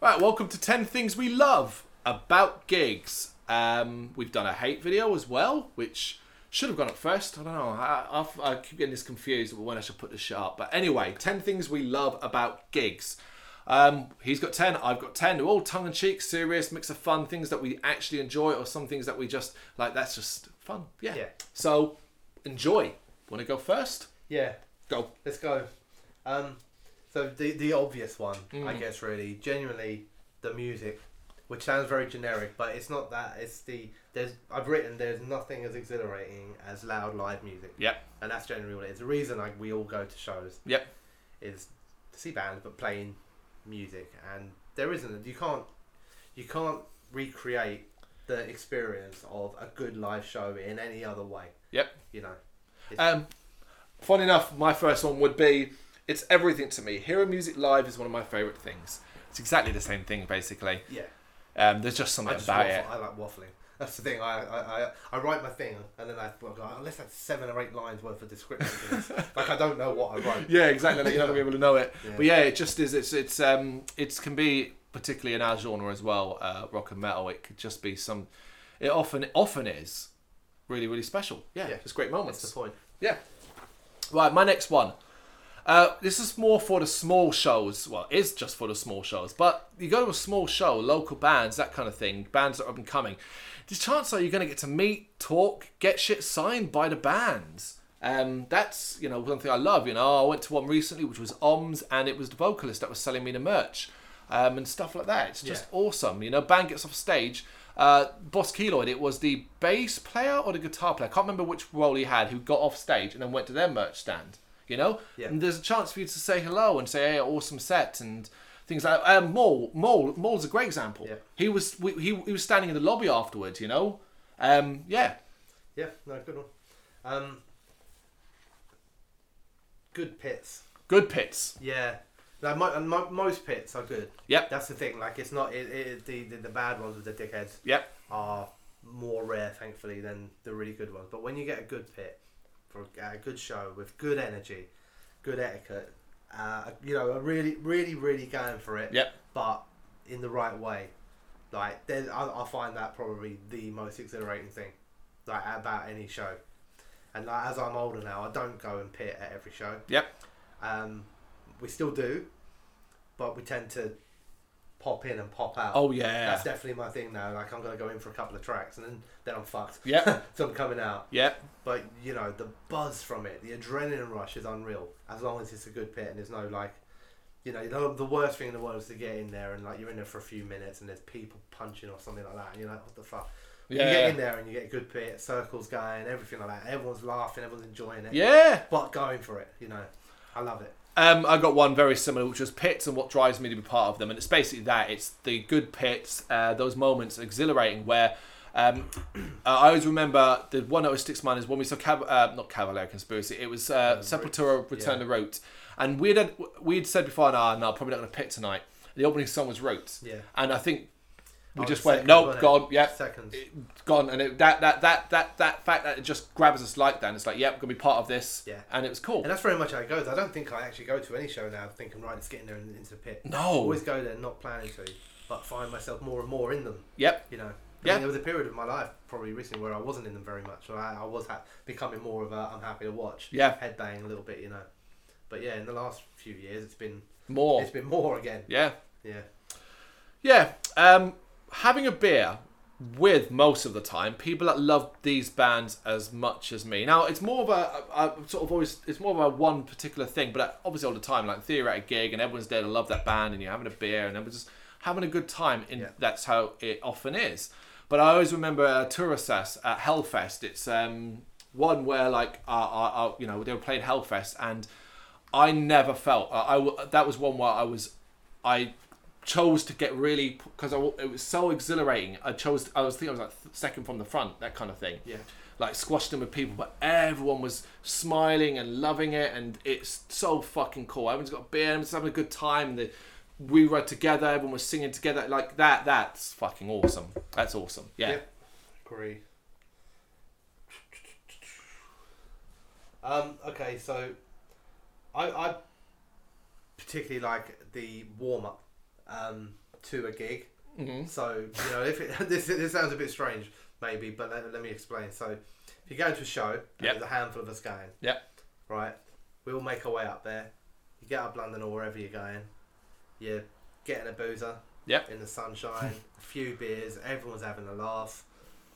that, welcome to 10 Things We Love About Gigs. Um, we've done a hate video as well, which should have gone up first. I don't know. I, I, I keep getting this confused with when I should put this shit up. But anyway, 10 Things We Love About Gigs. Um, he's got 10, I've got 10. They're all tongue in cheek, serious, mix of fun, things that we actually enjoy, or some things that we just like, that's just fun. Yeah. Yeah. So, enjoy. Want to go first? Yeah, Go. let's go. Um, so the the obvious one, I guess, really, genuinely, the music, which sounds very generic, but it's not that. It's the there's I've written there's nothing as exhilarating as loud live music, Yep. and that's generally what it is. The reason like we all go to shows Yep. is to see bands, but playing music, and there isn't you can't you can't recreate the experience of a good live show in any other way. Yep. You know, Um, fun enough, my first one would be it's everything to me. Hearing music live is one of my favourite things. It's exactly the same thing, basically. yeah. Um, there's just something I just about waffle. it. I like waffling. That's the thing. I, I, I, I write my thing and then I well, go, oh, let's have seven or eight lines worth of description. to this." like I don't know what I wrote. Yeah, exactly. like, you're not gonna be able to know it. Yeah. But yeah, it just is. It's it's um it can be particularly in our genre as well, uh, rock and metal. It could just be some. It often often is really really special. Yeah, Yeah. it's great That's moments. the point. Yeah. Right, my next one. Uh, this is more for the small shows. Well, it is just for the small shows, but you go to a small show, local bands, that kind of thing, bands that are up and coming. The chance are you're going to get to meet, talk, get shit signed by the bands. Um, that's you know one thing I love. You know, I went to one recently which was Oms, and it was the vocalist that was selling me the merch, um, and stuff like that. It's just Yeah. awesome. You know, band gets off stage. Uh, Boss Keloid, it was the bass player or the guitar player. I can't remember which role he had who got off stage and then went to their merch stand. You know, Yeah. and there's a chance for you to say hello and say, "Hey, awesome set," and things like. Uh, Maul, Maul, Maul's a great example. Yeah. He was we, he, he was standing in the lobby afterwards. You know, um, yeah, Yeah, no, good one. Um, good pits. good pits. Yeah, like mo- and mo- most pits are good. Yep. That's the thing. Like it's not it, it, the, the the bad ones with the dickheads Yep, are more rare, thankfully, than the really good ones. But when you get a good pit for a a good show with good energy, good etiquette, uh, you know, a really, really, really going for it, Yep. but in the right way, like then I, I find that probably the most exhilarating thing, like about any show. And like, as I'm older now, I don't go and pit at every show. yep, Um, we still do, but we tend to pop in and pop out. Oh, yeah. that's definitely my thing now. Like I'm gonna go in for a couple of tracks and then then I'm fucked. Yeah. so I'm coming out. yep, But you know the buzz from it, the adrenaline rush is unreal. As long as it's a good pit and there's no like, you know, you know the worst thing in the world is to get in there and like you're in there for a few minutes and there's people punching or something like that and you're like what the fuck. When You Yeah. get in there and you get a good pit, circles going, everything like that. Everyone's laughing, everyone's enjoying it. yeah. But going for it, you know, I love it. Um, I got one very similar, which was pits and what drives me to be part of them. And it's basically that it's the good pits, uh, those moments exhilarating where. Um, uh, I always remember the one that always sticks to mind is when we saw Cav- uh, not Cavalier Conspiracy. It was uh, Sepultura Return yeah. to Rote, and we'd had, we'd said before, "Nah, no, probably not going to pit tonight." The opening song was Rote, Yeah. and I think we Oh, just the went, second, "Nope, wasn't it? gone, yeah, Second. it- gone." And it, that that that that that fact that it just grabs us like that. And it's like, "Yep, going to be part of this," Yeah. and it was cool. And that's very much how it goes. I don't think I actually go to any show now thinking, right, it's getting there and into the pit. No. I always go there not planning to, but find myself more and more in them, yep, you know. I Yeah. mean, there was a period of my life, probably recently, where I wasn't in them very much. So I, I was ha- becoming more of a I'm happy to watch, Yeah. headbang a little bit, you know. But yeah, in the last few years, it's been more, it's been more again. yeah. Yeah, Yeah, um, having a beer with most of the time people that love these bands as much as me. Now it's more of a, I I sort of always it's more of a one particular thing, but uh, obviously all the time, like theory at a gig and everyone's there to love that band and you're having a beer and everyone's just having a good time. And Yeah. that's how it often is. But I always remember uh, Tourasas at Hellfest. It's um, one where like uh, uh, uh, you know they were playing Hellfest and I never felt I, I w- that was one where I was I chose to get really because it was so exhilarating. I chose I was thinking I was like th- second from the front that kind of thing. Yeah. Like squashed in with people, but everyone was smiling and loving it, and it's so fucking cool. Everyone's got beer, everyone's having a good time. The, we were together, everyone was singing together, like that. That's fucking awesome. That's awesome. Yeah. Yep. agree. Um, okay, so I, I particularly like the warm up. Um, to a gig. Mm-hmm. So you know, if it, this this sounds a bit strange, maybe, but let, let me explain. So, if you go to a show, and Yep. there's a handful of us going. Yep. Right. We all make our way up there. You get up London or wherever you're going. You're getting a boozer. Yep. In the sunshine, a few beers. Everyone's having a laugh.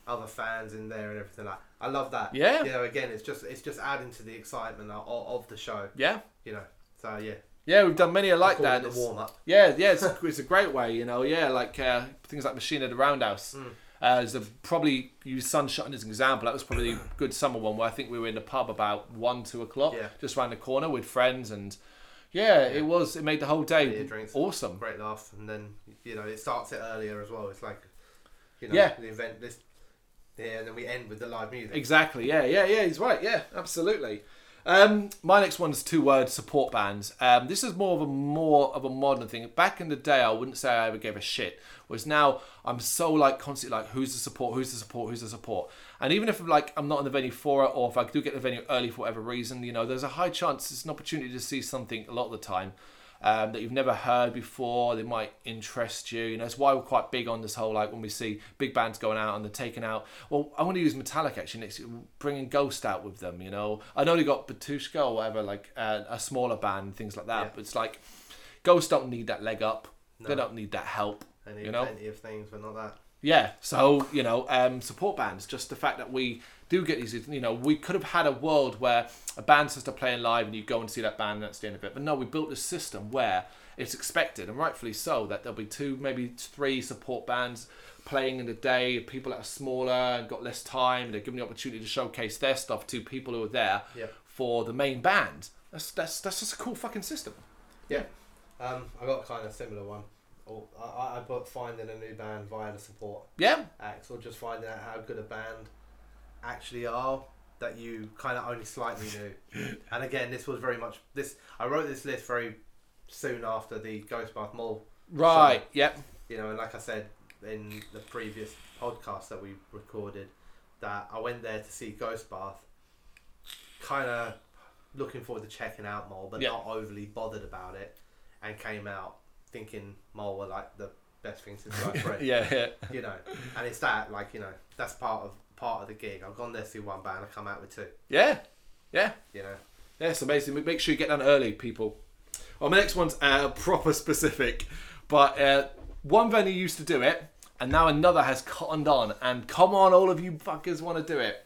Other fans in there and everything like. I love that. Yeah. You know, again, it's just it's just adding to the excitement of, of the show. Yeah. You know. So yeah. Yeah, we've done many I like call it that. The It's- warm up. Yeah, yeah, it's, it's a great way, you know. Yeah, like uh, things like Machine at the Roundhouse. Uh, is a, probably use Sunshine as an example. That was probably a good summer one where I think we were in the pub about one, two o'clock, Yeah. just round the corner with friends, and yeah, it was. It made the whole day Beer drinks. awesome. great laugh, and then you know it starts it earlier as well. It's like you know Yeah. the event this yeah, and then we end with the live music. Exactly. Yeah. Yeah. Yeah. He's right. Yeah. Absolutely. Um, my next one is two word support bands. Um, this is more of a more of a modern thing. Back in the day, I wouldn't say I ever gave a shit. Whereas now, I'm so like constantly like, who's the support? Who's the support? Who's the support? And even if like I'm not in the venue for it, or if I do get in the venue early for whatever reason, you know, there's a high chance it's an opportunity to see something a lot of the time um, that you've never heard before. They might interest you. You know, it's why we're quite big on this whole like when we see big bands going out and they're taking out. Well, I want to use Metallic actually next, year, bringing Ghost out with them. You know, I know they got Batushka or whatever, like uh, a smaller band, things like that. Yeah. But it's like Ghost don't need that leg up. They No. don't need that help. And you know, plenty of things, but not that. yeah. So you know, um, support bands. Just the fact that we do get these. You know, we could have had a world where a band starts to play live, and you go and see that band, and that's the end of it. But no, we built this system where it's expected, and rightfully so, that there'll be two, maybe three support bands playing in a day. People that are smaller and got less time, they're given the opportunity to showcase their stuff to people who are there Yeah. for the main band. That's that's that's just a cool fucking system. Yeah, um, I got kind of similar one. Or I- I, I put finding a new band via the support Yeah. acts, or just finding out how good a band actually are that you kind of only slightly knew. and again, this was very much this. I wrote this list very soon after the Ghost Bath Mall Right. Yep. you know, and like I said in the previous podcast that we recorded, that I went there to see Ghost Bath, kind of looking forward to checking out Mole, but Yeah. not overly bothered about it, and came out thinking Mole were like the best thing since sliced bread, Yeah. Yeah. you know, and it's that like you know that's part of part of the gig. I've gone there to see one band, I come out with two, Yeah. Yeah. you know. Yeah, it's amazing. Make sure you get down early, people. Well, my next one's uh, proper specific, but uh, one venue used to do it, and now another has cottoned on. And come on, all of you fuckers want to do it.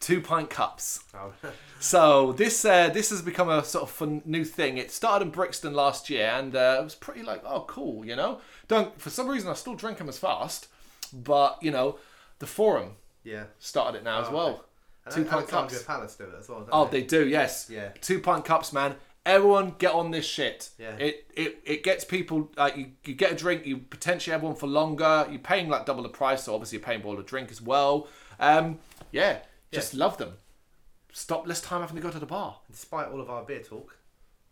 Two pint cups. Oh, So this uh, this has become a sort of fun new thing. It started in Brixton last year, and uh, it was pretty like oh cool, you know. Don't for some reason I still drink them as fast, but you know, the Forum yeah. started it now as Oh, well. And Two pint Alexandria cups. Palace do it as well. Don't Oh, they? they do. Yes. Yeah. Two pint cups, man. Everyone get on this shit. Yeah. It it, it gets people like you, you get a drink, you potentially have one for longer. You're paying like double the price, so obviously you're paying for the drink as well. Um, yeah, just love them. Stop less time having to go to the bar. Despite all of our beer talk,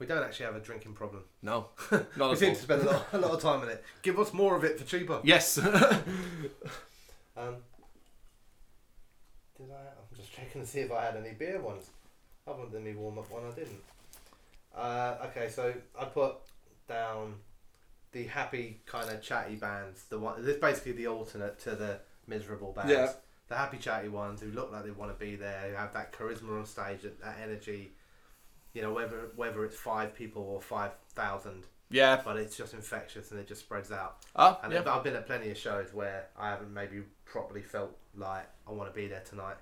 we don't actually have a drinking problem. No, not at all. We seem to spend a lot, a lot of time on it. Give us more of it for cheaper. Yes. Um, did I? I'm just checking to see if I had any beer ones. Other than me warm up one, I didn't. Uh, okay, so I put down the happy kind of chatty bands. The one this is basically the alternate to the miserable bands. Yeah. The happy chatty ones who look like they want to be there, who have that charisma on stage, that, that energy. You know, whether whether it's five people or five thousand, yeah. but it's just infectious and it just spreads out. Oh, And yeah. I've- I've been at plenty of shows where I haven't maybe properly felt like I want to be there tonight.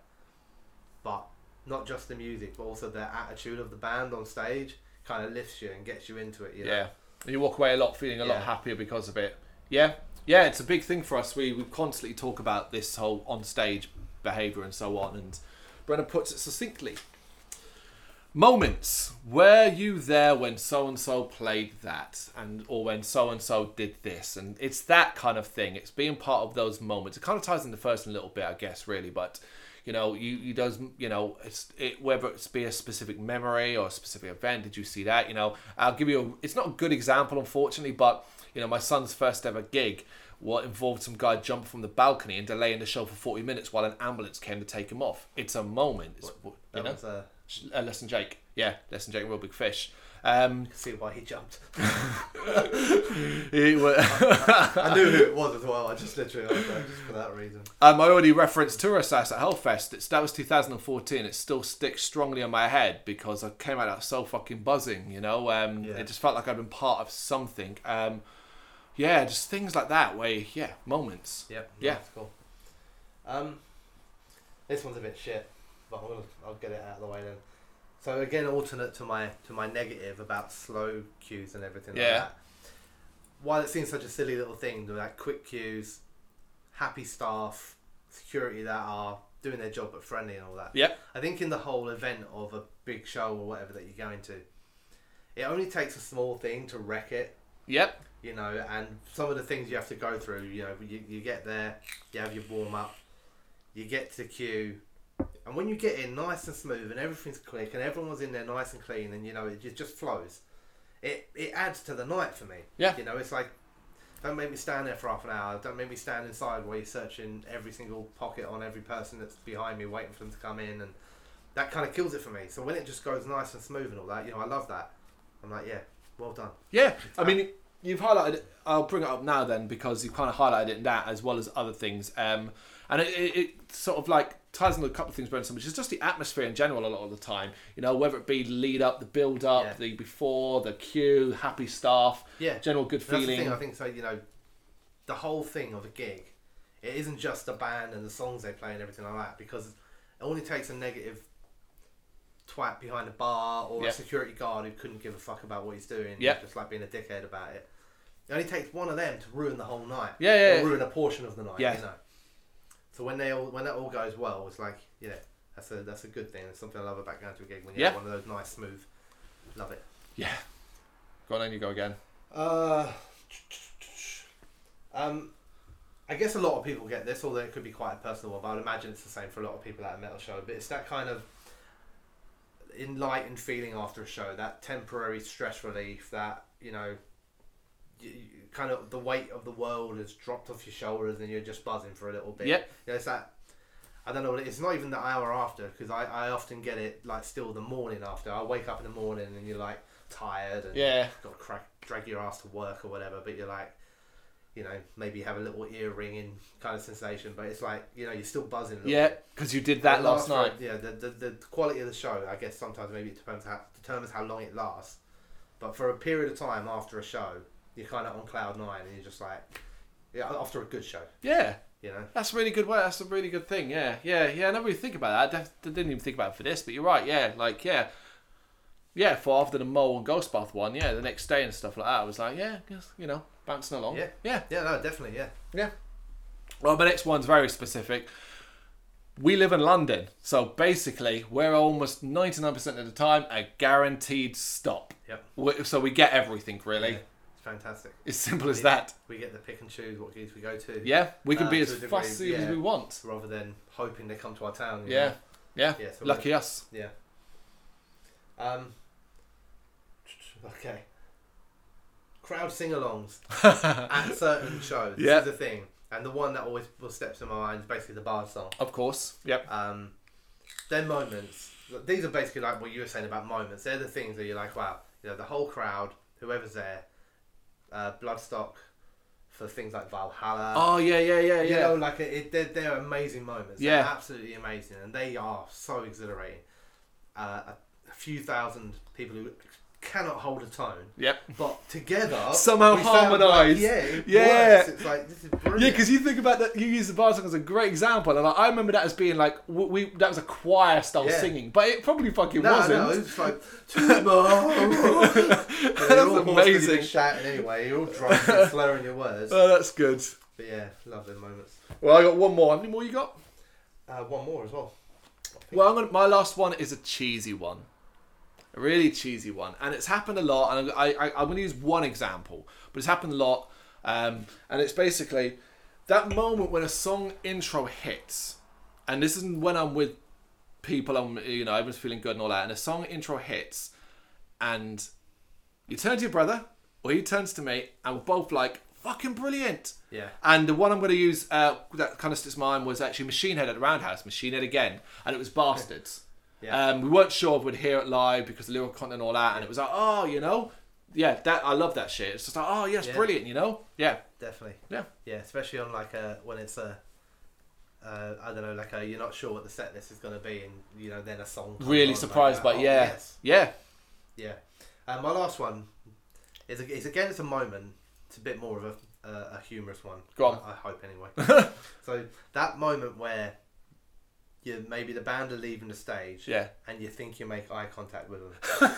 But not just the music, but also the attitude of the band on stage kind of lifts you and gets you into it. You know? Yeah. And you walk away a lot feeling a lot Yeah. happier because of it. Yeah. Yeah, it's a big thing for us. We, we constantly talk about this whole on stage behaviour and so on. And Brennan puts it succinctly Moments. Were you there when so and so played that? And or when so and so did this? And it's that kind of thing. It's being part of those moments. It kind of ties into first a little bit, I guess, really, but you know, you, you does you know, it's it whether it's be a specific memory or a specific event, did you see that? You know, I'll give you a it's not a good example unfortunately, but you know, my son's first ever gig what involved some guy jump from the balcony and delaying the show for 40 minutes while an ambulance came to take him off. It's a moment. It's, you That know? was a uh, Less Than Jake. Yeah, Less Than Jake, Real Big Fish. Um, See why he jumped. it wa- I knew who it was as well. I just literally liked that just for that reason. Um, I already referenced Tourasas at Hellfest. It's, that was 2014. It still sticks strongly on my head because I came out of that so fucking buzzing, you know? Um, Yeah. It just felt like I'd been part of something. Um, yeah, just things like that where, yeah, moments. Yep. Yeah. That's cool. Um, this one's a bit shit, but I'm gonna, I'll get it out of the way then. So again, alternate to my to my negative about slow cues and everything like Yeah. that. While it seems such a silly little thing, they're like quick cues, happy staff, security that are doing their job but friendly and all that. Yep. I think in the whole event of a big show or whatever that you're going to, it only takes a small thing to wreck it Yep. you know, and some of the things you have to go through, you know, you, you get there, you have your warm up, you get to the queue, and when you get in nice and smooth and everything's click and everyone's in there nice and clean and you know it ju- just flows, it it adds to the night for me. Yeah. you know, it's like don't make me stand there for half an hour. Don't make me stand inside while you're searching every single pocket on every person that's behind me, waiting for them to come in, and that kind of kills it for me. So when it just goes nice and smooth and all that, you know, I love that. I'm like, yeah, well done. Yeah. I mean, you've highlighted it. I'll bring it up now then because you kind of highlighted it in that as well as other things. Um, and it, it, it sort of like ties into a couple of things, Brenton, which is just the atmosphere in general a lot of the time. You know, whether it be the lead up, the build up, Yeah. the before, the cue, happy staff, Yeah. general good That's the feeling. thing. I think so. You know, the whole thing of a gig, it isn't just the band and the songs they play and everything like that. Because it only takes a negative twat behind a bar or Yeah. a security guard who couldn't give a fuck about what he's doing. Yeah. just like being a dickhead about it. It only takes one of them to ruin the whole night. Yeah, yeah, or yeah. ruin a portion of the night. Yeah. you know. So when they all when that all goes well, it's like yeah, that's a that's a good thing. It's something I love about going to a gig when you Yeah. have one of those nice smooth. Love it. Yeah. Go on, then you go again. Uh, um, I guess a lot of people get this, although it could be quite a personal one. But I'd imagine it's the same for a lot of people at a metal show. But it's that kind of enlightened feeling after a show, that temporary stress relief, that you know, you, you, kind of the weight of the world has dropped off your shoulders, and you're just buzzing for a little bit. Yep. You know, it's that. I don't know. what it- It's not even the hour after because I, I often get it like still the morning after. I wake up in the morning and you're like tired and Yeah. got to crack, drag your ass to work or whatever, but you're like, you know, maybe you have a little ear ringing kind of sensation, but it's like, you know, you're still buzzing. A little Yeah, bit. because you did that It last lasts night. for- yeah, the, the, the quality of the show, I guess sometimes maybe it depends how, determines how long it lasts, but for a period of time after a show, you're kind of on cloud nine and you're just like, yeah, after a good show, Yeah. you know? That's a really good. Way. That's a really good thing. Yeah, yeah, yeah. I never really think about that. I def- I didn't even think about it for this, but you're right. Yeah, like yeah, yeah. For after the mole and ghost bath one, yeah, the next day and stuff like that, I was like, yeah, yes, you know, bouncing along. Yeah. yeah, Yeah, no, definitely, yeah. yeah. Well, my next one's very specific. We live in London, so basically, we're almost ninety nine percent of the time a guaranteed stop. Yep. We- So we get everything really. It's fantastic. It's simple as that. We get to pick and choose what gigs we go to. Yeah, we can Uh, be to as a degree, fussy as yeah. we want. Rather than hoping they come to our town. you Yeah, know? yeah. Yeah, so Lucky us. Yeah. Um. Okay. Crowd sing-alongs at certain shows. This Yeah. is the thing, and the one that always will steps in my mind is basically the Bard song. Of course. Yep. Um, they're moments. These are basically like what you were saying about moments. They're the things that you're like, wow, you know, the whole crowd, whoever's there, uh, Bloodstock, for things like Valhalla. Oh yeah, yeah, yeah, You yeah. know, like it, they're, they're amazing moments. They're Yeah. absolutely amazing, and they are so exhilarating. Uh, a, a few thousand people who cannot hold a tone, Yep. but together Somehow we sound like- harmonise. yeah, it Yeah. works. It's like this is brilliant. Yeah, because you think about that. You use the bar song as a great example, and I, I remember that as being like we, we that was a choir style Yeah. singing, but it probably fucking no, wasn't. no, it's like tomorrow. You're all hoarse 'cause you've been amazing. Shouting anyway, you're all drunk, you're slurring your words. Oh, that's good. But yeah, love those moments. Well, I got one more. How many more you got? Uh, one more as well. Well, I'm gonna, my last one is a cheesy one, a really cheesy one, and it's happened a lot. And I, I, I'm going to use one example, but it's happened a lot, um, and it's basically that moment when a song intro hits, and this is when I'm with people, I'm you know everyone's feeling good and all that, and a song intro hits, and you turn to your brother, or he turns to me, and we're both like, "Fucking brilliant!" Yeah. And the one I'm going to use uh, that kind of sticks in my mind was actually Machine Head at the Roundhouse, Machine Head again, and it was Bastards. Yeah. Um, we weren't sure if we'd hear it live because the lyrical content and all that, and it was like, oh, you know, yeah, that I love that shit. It's just like, oh, yes, Yeah. brilliant, you know, yeah, definitely. yeah, Yeah, especially on like a when it's a. Uh, I don't know, like a, you're not sure what the set list is going to be, and you know, then a song. comes on really like surprised, that. but Oh, yeah, yes. yeah, Yeah. Uh, my last one is, is again, it's a moment. It's a bit more of a, uh, a humorous one. Go on. I, I hope, anyway. so, that moment where you maybe the band are leaving the stage Yeah. and you think you make eye contact with them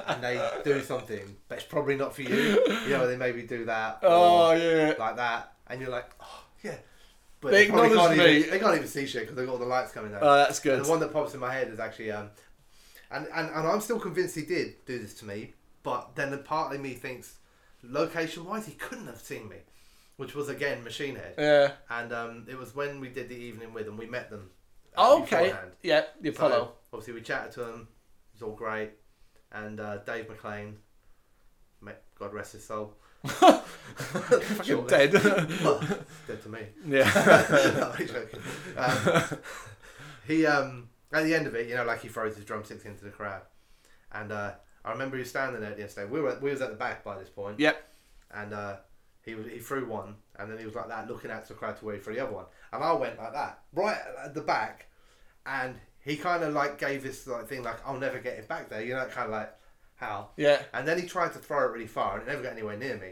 and they do something, but it's probably not for you. You know, they maybe do that. oh or yeah, Like that. And you're like, oh, yeah. But They probably acknowledged can't me. Even, they can't even see shit because they've got all the lights coming down. oh that's And good. the one that pops in my head is actually, um, and, and, and I'm still convinced he did do this to me, but then a part of me thinks, location wise, he couldn't have seen me, which was again Machine Head. Yeah. And um, it was when we did the evening with them, we met them. uh, Oh, okay. beforehand. Yeah, the So, Apollo. obviously, we chatted to him, it was all great. And uh, Dave McLean, may God rest his soul. Fucking Short dead. lived. dead to me. yeah. No, I'm joking. Um, he um at the end of it, you know, like he throws his drumsticks into the crowd, and uh, I remember he was standing there at the end. stage. We were we was at the back by this point. Yep. And uh, he was, he threw one, and then he was like that, looking out to the crowd to where he threw the other one, and I went like that, right at the back, and he kind of like gave this like thing like I'll never get it back there, you know, kind of like how. Yeah. And then he tried to throw it really far, and it never got anywhere near me,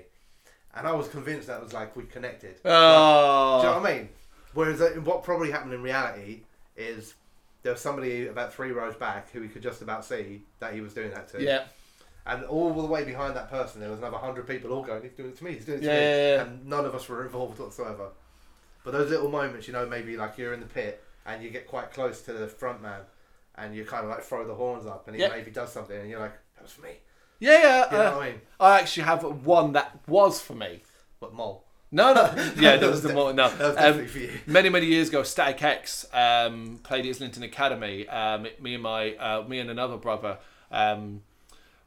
and I was convinced that was like we connected. Do you know Oh. what I mean? Whereas uh, what probably happened in reality is there was somebody about three rows back who we could just about see that he was doing that to. Yeah. And all the way behind that person, there was another hundred people all going, he's doing it to me, he's doing it to Yeah, me. yeah, yeah. And none of us were involved whatsoever. But those little moments, you know, maybe like you're in the pit and you get quite close to the front man and you kind of like throw the horns up and he Yeah. maybe does something and you're like, that was for me. Yeah, yeah. You uh, know what I mean? I actually have one that was for me. But Mole. No, no. Yeah, that That was was the de- more. No. that was Um, definitely for you. many, many years ago, Static X um, played Islington Academy. Um, it- me and my, uh, me and another brother um,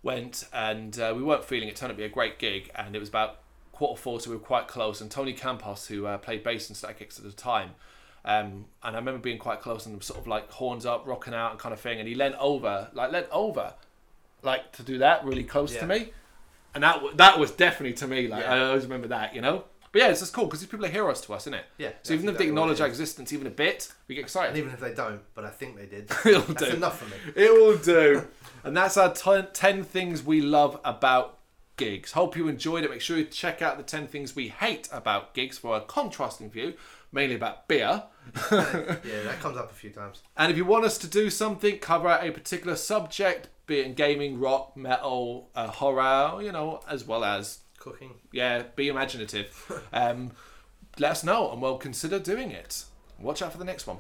went, and uh, we weren't feeling it. Turned out to be a great gig, and it was about quarter four, so we were quite close. And Tony Campos, who uh, played bass in Static X at the time, um, and I remember being quite close and sort of like horns up, rocking out, and kind of thing. And he leant over, like leant over, like to do that really close to Yeah. me and that wa- that was definitely to me like Yeah. I always remember that, you know. But yeah, it's just cool because these people are heroes to us, isn't it? Yeah, So even that's if they exactly what acknowledge it our is. existence even a bit, we get And excited. even if they don't, but I think they did. It'll That's do. enough for me. It will do. and that's our ten, 10 things we love about gigs. Hope you enjoyed it. Make sure you check out the 10 things we hate about gigs for a contrasting view, mainly about beer. Yeah, that comes up a few times. And if you want us to do something, cover out a particular subject, be it in gaming, rock, metal, uh, horror, you know, as well as Cooking. yeah, be imaginative. Um, let us know, and we'll consider doing it. Watch out for the next one.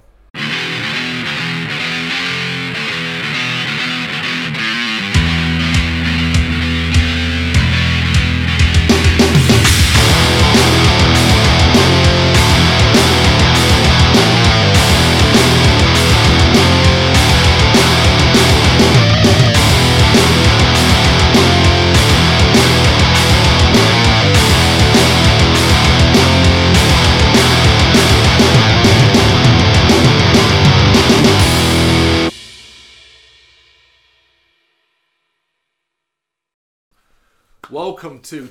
Welcome to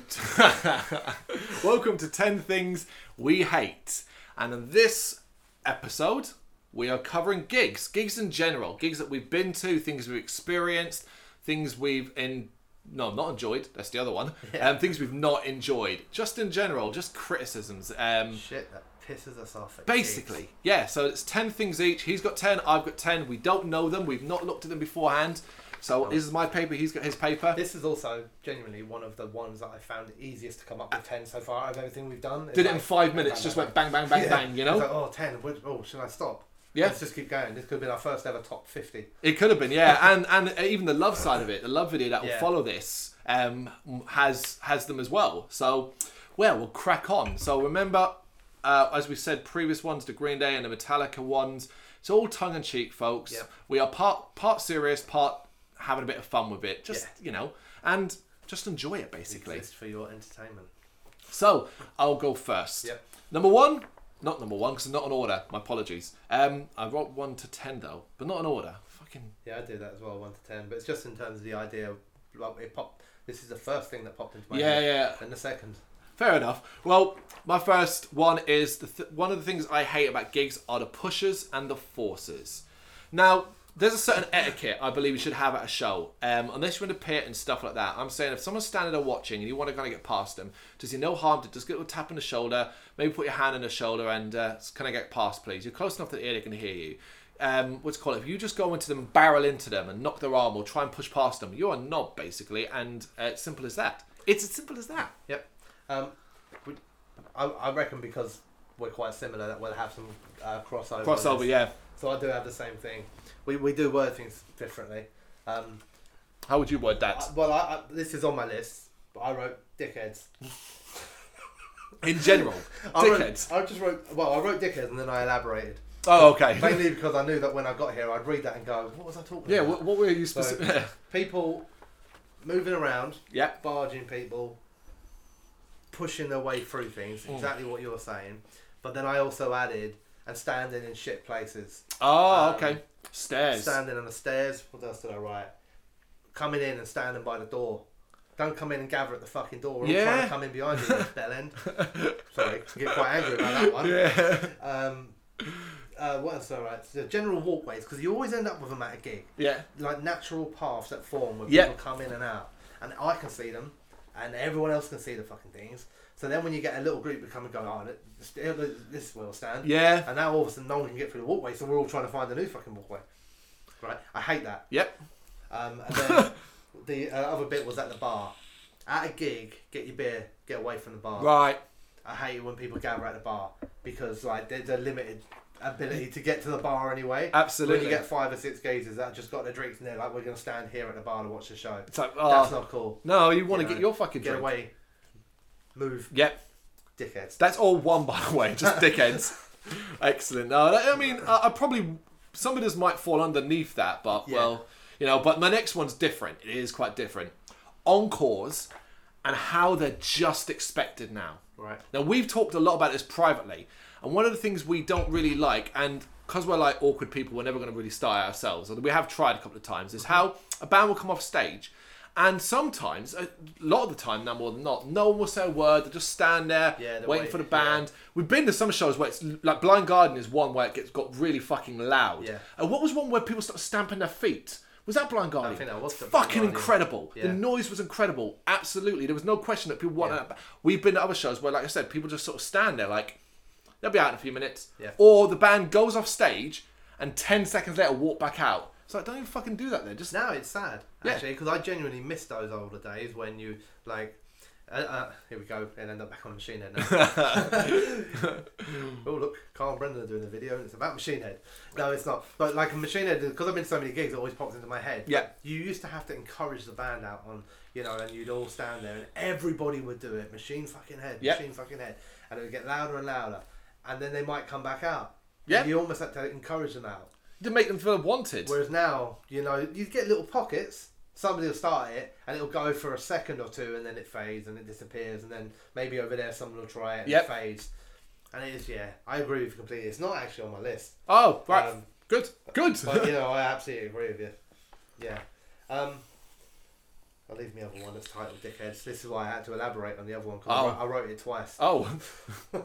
Welcome to 10 Things We Hate. And in this episode, we are covering gigs, gigs in general, gigs that we've been to, things we've experienced, things we've in no, not enjoyed. That's the other one. Um, things we've not enjoyed, just in general, just criticisms. Um, Shit, that pisses us off. at gigs. Basically, yeah. So it's ten things each. He's got ten. I've got ten. We don't know them. We've not looked at them beforehand. So this is my paper. He's got his paper. This is also genuinely one of the ones that I found easiest to come up with 10 so far of everything we've done. It's Did it in like- five minutes. Just went bang, bang, bang, Yeah. bang. You It's know, like, oh, 10. Which, oh, should I stop? Yeah. Let's just keep going. This could have been our first ever top 50. it could have been. Yeah, and and even the love side of it, the love video that will Yeah. follow this, um, has has them as well. So, well, we'll crack on. So remember, uh, as we said, previous ones, the Green Day and the Metallica ones. It's all tongue in cheek, folks. Yep. We are part part serious, part having a bit of fun with it. Just Yeah. you know, and just enjoy it basically. Just for your entertainment. So I'll go first. Yep. Number one, not number one because not in order. My apologies. Um, I wrote one to ten though, but not in order. Fuck fucking Yeah, I do that as well, one to ten. But it's just in terms of the idea. Well, it popped. This is the first thing that popped into my yeah, head. yeah. And the second. Fair enough. Well, my first one is the th- one of the things I hate about gigs are the pushers and the forces. Now, there's a certain etiquette I believe you should have at a show, um, unless you're in a pit and stuff like that. I'm saying if someone's standing there watching and you want to kind of get past them, does you no harm to just get a little tap on the shoulder, maybe put your hand on the shoulder and uh, can I get past, please? You're close enough to the ear they can hear you. Um, what's it called? If you just go into them, barrel into them, and knock their arm or try and push past them, you're a knob basically, and uh, it's simple as that. It's as simple as that. Yep. Um, we, I, I reckon because we're quite similar that we'll have some uh, crossover. Crossover, yeah. So I do have the same thing. We, we do word things differently. Um, How would you word that? I, well, I, I, this is on my list. But I wrote dickheads. In general, I wrote- dickheads. I just wrote. Well, I wrote dickheads and then I elaborated. Oh, okay. Mainly because I knew that when I got here, I'd read that and go, "What was I talking Yeah. about?" What, what were you specific? people moving around, yeah. barging people, pushing their way through things. Hmm. Exactly what you're saying. But then I also added and standing in shit places, Oh, Um, okay. Stairs. standing on the stairs. What else did I write? Coming in and standing by the door. Don't come in and gather at the fucking door. We're all trying Yeah. to come in behind you, you bellend. Sorry, I get quite angry about that one. yeah. Um, uh, what else? All right, so general walkways because you always end up with them at a gig, Yeah. like natural paths that form where Yeah. people come in and out, and I can see them, and everyone else can see the fucking things. So then when you get a little group, you come and go, oh, this, this will stand, Yeah. and now all of a sudden no one can get through the walkway, so we're all trying to find a new fucking walkway. Right, I hate that. Yep. Um, and then the uh, other bit was at the bar. At a gig, get your beer, get away from the bar. Right. I hate it when people gather at the bar because like there's a limited ability to get to the bar anyway. Absolutely. When you get five or six gazers that just got their drinks and they're like, we're gonna stand here at the bar to watch the show. It's like, That's oh, not cool. no, you want to get You know, your fucking Get drink. away. Move, Yep. dickheads. That's all one, by the way. Just dickheads. Excellent. No, that- I mean, I, I probably some of this might fall underneath that, but Yeah. well, you know. But my next one's different. It is quite different. Encores and how they're just expected now. Right. Now we've talked a lot about this privately, and one of the things we don't really like, and because we're like awkward people, we're never going to really style ourselves, and we have tried a couple of times, is how a band will come off stage, and sometimes, a lot of the time now more than not, no one will say a word. They just stand there, Yeah, they waiting wait, for the yeah. band. We've been to some shows where it's like Blind Garden is one where it gets got really fucking loud. Yeah. And what was one where people started stamping their feet? Was that Blind Guardian? think that was the Blind fucking Guardian. incredible. The Yeah. noise was incredible. Absolutely, there was no question that people wanted. That. We've been to other shows where, like I said, people just sort of stand there, like they'll be out in a few minutes, Yeah. or the band goes off stage and ten seconds later walk back out. It's like don't even fucking do that. Then just Now it's sad Yeah. actually because I genuinely miss those older days when you like. Uh, uh, here we go, and end up back on Machine Head now. oh look, Carl and Brendan are doing a video, and it's about Machine Head. No, it's not. But like a Machine Head, because I've been to so many gigs, it always pops into my head. Yeah. You used to have to encourage the band out on, you know, and you'd all stand there, and everybody would do it. Machine fucking head, Yeah. machine fucking head, and it would get louder and louder, and then they might come back out. Yeah. You almost had to encourage them out. to make them feel wanted. Whereas now, you know, you get little pockets. Somebody will start it, and it'll go for a second or two, and then it fades and it disappears, and then maybe over there someone will try it and Yep. it fades. And it is, yeah, I agree with you completely. It's not actually on my list, oh right, Um, good, good. but you know, I absolutely agree with you. Yeah. Um, I'll leave me other one that's titled "Dickheads." This is why I had to elaborate on the other one because Oh. I, wrote it twice. oh,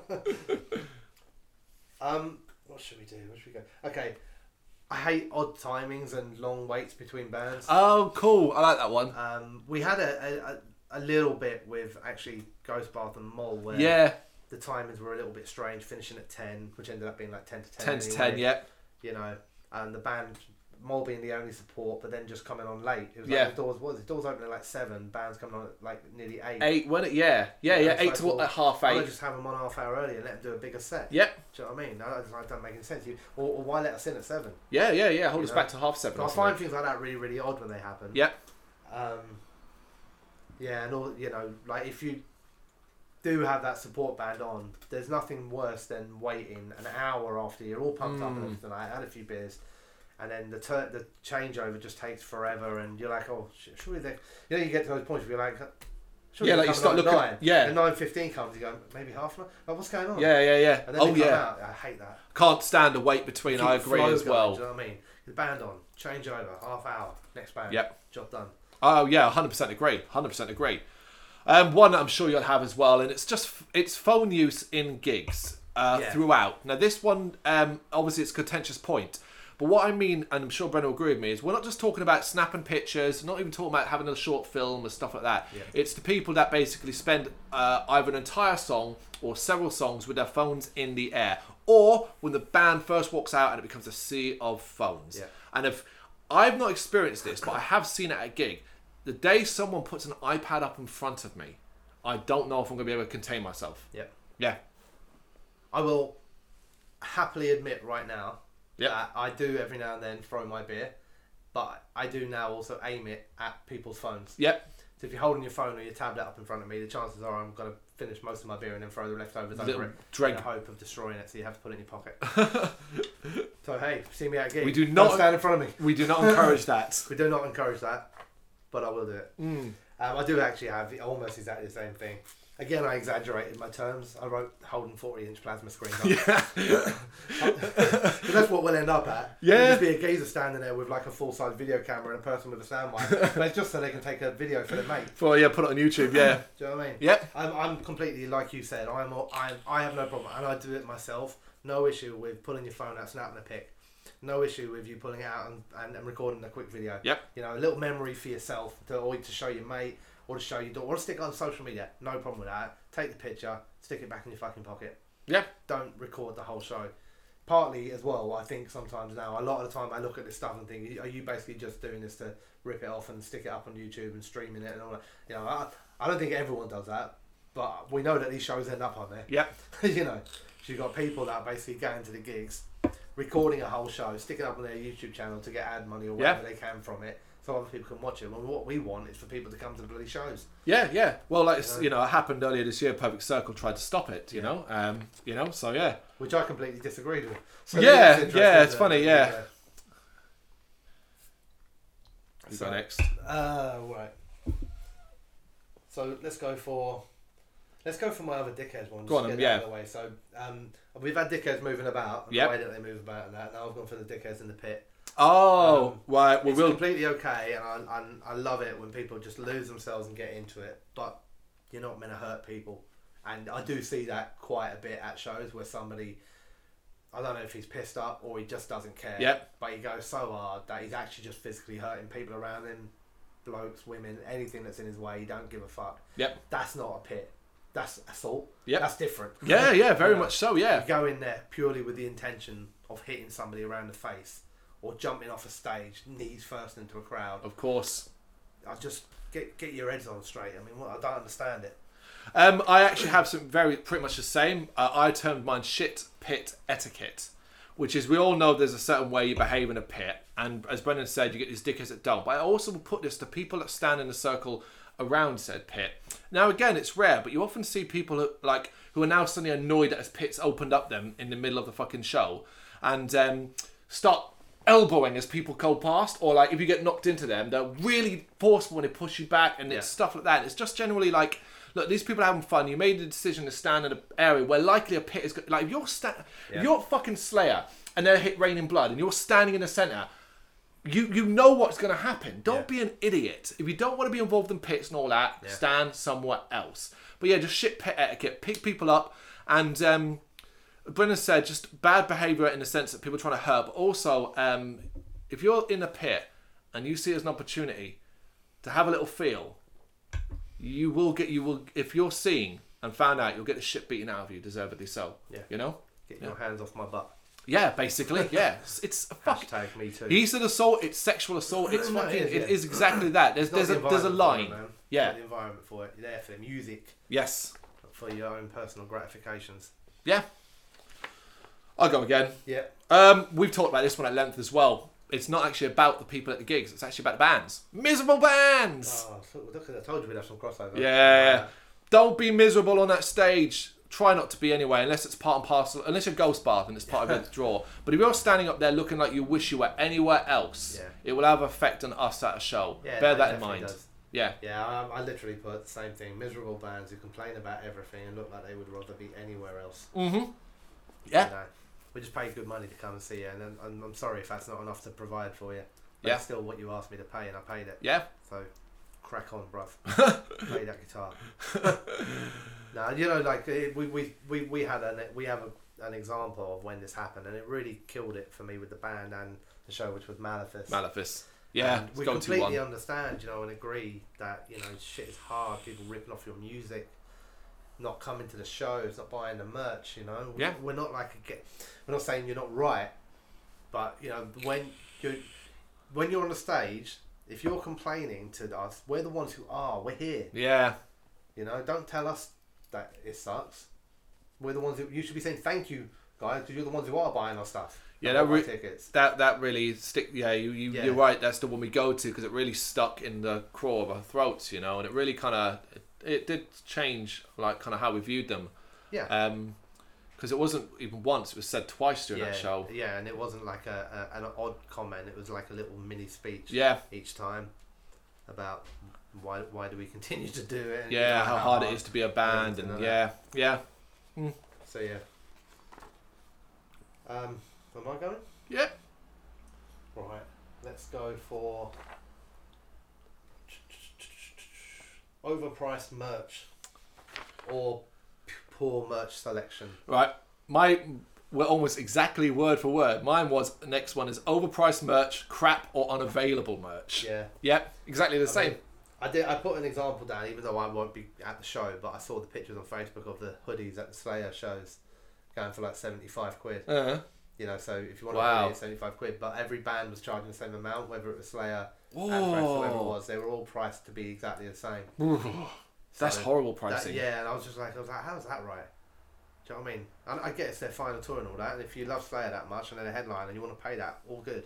Um, what should we do? Where should we go? Okay, I hate odd timings and long waits between bands. oh, cool. I like that one. Um, we had a, a, a a little bit with actually Ghost Bath and Mole where yeah, the timings were a little bit strange, finishing at 10, which ended up being like 10 to 10. ten to anyway, ten. Yep. You know, and the band, Mole being the only support, but then just coming on late. It was Yeah. like the doors, what was it? Doors open at like 7, band's coming on at like nearly 8. Eight, when it, yeah, yeah, yeah, it's eight like, to well, uh, half Why not eight. just have them on half hour early and let them do a bigger set? Yep. Do you know what I mean? That that doesn't make any sense. You- Or, or why let us in at 7? Yeah, yeah, yeah. Hold us know? back to half seven. I or something. find things like that really, really odd when they happen. Yep. Um, yeah, and all you know, like if you do have that support band on, there's nothing worse than waiting an hour after you're all pumped up and Mm. everything. I had a few beers, and then the tur the changeover just takes forever, and you're like, oh, sh- surely they, you know, you get to those points where you're like, Surely Yeah, like you they're coming start on at looking- Nine. yeah. And nine fifteen comes. You go maybe half an hour. Like, what's going on? Yeah, yeah, yeah. And then Oh they come yeah. out. I hate that. Can't stand the wait between. I Keep the agree flow as going, well. Do you know what I mean? The band on, change over, half hour, next band. Yep. Job done. Oh yeah, hundred percent agree. Hundred percent agree. Um, one that I'm sure you'll have as well, and it's just it's phone use in gigs uh, Yeah. throughout. Now this one, um, obviously, it's a contentious point. But what I mean, and I'm sure Brendan will agree with me, is we're not just talking about snapping pictures, not even talking about having a short film and stuff like that. Yeah. It's the people that basically spend uh, either an entire song or several songs with their phones in the air, or when the band first walks out and it becomes a sea of phones. Yeah. And if I've not experienced this, but I have seen it at a gig, the day someone puts an iPad up in front of me, I don't know if I'm going to be able to contain myself. Yep. Yeah. I will happily admit right now Yep. that I do every now and then throw my beer, but I do now also aim it at people's phones. Yep. So if you're holding your phone or your tablet up in front of me, the chances are I'm going to finish most of my beer and then throw the leftovers Little over it drink. in the hope of destroying it, so you have to put it in your pocket. so hey, see me at a gig. We do Don't not- stand in front of me. We do not encourage that. Mm. We do not encourage that, but I will do it. Um, I do actually have the- almost exactly the same thing. Again, I exaggerated my terms. I wrote holding 40 inch plasma screen. up. But that's what we'll end up at. Yeah. There'll just be a geezer standing there with like a full size video camera and a person with a soundbite. but it's just so they can take a video for their mate. Well, yeah, put it on YouTube. Yeah. Do you know what I mean? Yep. I'm, I'm completely like you said. I'm, all, I'm I have no problem, and I do it myself. No issue with pulling your phone out, snapping a pic. No issue with you pulling it out and, and, and recording a quick video. Yep. You know, a little memory for yourself to or to show your mate or to show your daughter or to stick it on social media. No problem with that. Take the picture, stick it back in your fucking pocket. Yeah. Don't record the whole show. Partly as well, I think sometimes now a lot of the time I look at this stuff and think, are you basically just doing this to rip it off and stick it up on YouTube and streaming it and all that? You know, I, I don't think everyone does that, but we know that these shows end up on there. Yep. you know, so you've got people that are basically going to the gigs, recording a whole show, sticking it up on their YouTube channel to get ad money or Yeah. whatever they can from it, so other people can watch it. And what we want is for people to come to the bloody shows. Yeah, yeah. Well, like it's- you know, it happened earlier this year. Perfect Circle tried to stop it. You know, um, you know. So yeah, which I completely disagreed with. Yeah, it's interesting yeah, it's that- funny, yeah. you go So- next. Uh, right. So let's go for, let's go for my other dickheads one. Go just on, to get yeah. that out of the way. So um, we've had dickheads moving about. and Yep. The way that they move about and that. Now I've gone for the dickheads in the pit. Oh, Um, right. Well, It's we'll. completely okay, and I, I I love it when people just lose themselves and get into it. But you're not meant to hurt people, and I do see that quite a bit at shows where somebody. I don't know if he's pissed up or he just doesn't care. Yep. But he goes so hard that he's actually just physically hurting people around him, blokes, women, anything that's in his way. He don't give a fuck. Yep. That's not a pit. That's assault. Yep. That's different. Yeah, yeah. Very Yeah. much so. Yeah. You go in there purely with the intention of hitting somebody around the face or jumping off a stage, knees first into a crowd. Of course. I just get get your heads on straight. I mean, what, I don't understand it. Um, I actually have some very pretty much the same. Uh, I termed mine shit pit etiquette, which is we all know there's a certain way you behave in a pit, and as Brendan said, you get these dickheads that don't. But I also will put this to people that stand in a circle around said pit. Now again, it's rare, but you often see people who, like who are now suddenly annoyed that as pits opened up them in the middle of the fucking show, and um, start elbowing as people go past, or like if you get knocked into them, they're really forceful when they push you back, and it's Yeah. stuff like that. It's just generally like, look, these people are having fun. You made the decision to stand in an area where likely a pit is. Go- like if you're sta- if Yeah. you're fucking Slayer and they're hit raining blood, and you're standing in the center. You, you know what's going to happen. Don't Yeah. be an idiot. If you don't want to be involved in pits and all that, stand somewhere else. But yeah, just shit pit etiquette. Pick people up and um, Brennan said just bad behavior in the sense that people are trying to hurt, but also um, if you're in a pit and you see it as an opportunity to have a little feel, you will get you will if you're seen and found out, you'll get the shit beaten out of you, deservedly so. Yeah. You know? Get your hands off my butt. Yeah, basically. Yeah. It's, it's a fuck. Hashtag me too. He's an assault, it's sexual assault, it's No, it fucking is, it yeah. is exactly that. There's It's not there's a the there's a line. environment for it, man. It's Yeah. not the environment for it. You're there for the music, Yes. not for your own personal gratifications. Yeah. I'll go again. Yeah. Um, we've talked about this one at length as well. It's not actually about the people at the gigs. It's actually about the bands. Miserable bands. Oh, so- look, I told you we'd have some crossover. Yeah. Don't be miserable on that stage. Try not to be anyway, unless it's part and parcel. Unless you're Ghost Bath and it's part of the draw. But if you're standing up there looking like you wish you were anywhere else, Yeah. it will have effect on us at a show. Yeah, Bear no, that in definitely mind. does. Yeah. Yeah, I, I literally put the same thing. Miserable bands who complain about everything and look like they would rather be anywhere else. Mm-hmm. Yeah. You know, we just paid good money to come and see you, and I'm- I'm, I'm sorry if that's not enough to provide for you. But Yeah. it's still what you asked me to pay, and I paid it. Yeah. So, crack on, bruv. Play that guitar. no, you know, like it, we, we, we, we had an we have a, an example of when this happened, and it really killed it for me with the band and the show, which was Malefus. Malefus. Yeah. And It's we gone to one. completely understand, you know, and agree that you know shit is hard. People ripping off your music, not coming to the shows, not buying the merch. You know, We- Yeah. we're not like a get. We're not saying you're not right, but you know when you when you're on the stage, if you're complaining to us, we're the ones who are. We're here. Yeah. You know, don't tell us that it sucks. We're the ones who you should be saying thank you, guys, because you're the ones who are buying our stuff. Yeah, not that buying re- tickets. That that really stick. Yeah, you, you Yeah. you're right. That's the one we go to because it really stuck in the craw of our throats, you know, and it really kind of it, it did change like kind of how we viewed them. Yeah. Um, because it wasn't even once; it was said twice during yeah, that show. Yeah, and it wasn't like a, a an odd comment. It was like a little mini speech Yeah, each time about why why do we continue to do it? and, you yeah, know, how hard it is to be a band, and all and yeah, that. yeah, So yeah. Um, am I going? yeah. Right. Let's go for overpriced merch or p- poor merch selection. Right, my we're almost exactly word for word. Mine was next one is overpriced merch, crap, or unavailable merch. Yeah. Yep, exactly the I same. mean, I did. I put an example down, even though I won't be at the show, but I saw the pictures on Facebook of the hoodies at the Slayer shows, going for like seventy five quid. uh, You know, so if you want Wow. to it's seventy five quid, but every band was charging the same amount, whether it was Slayer, Whoa. Anthrax, whoever it was, they were all priced to be exactly the same. Uh-huh. that's So horrible That- pricing. yeah, and I was just like, I was like, how's that right? Do you know what I mean? And I get it's their final tour and all that, and if you love Slayer that much and they're the headline and you want to pay that, all good.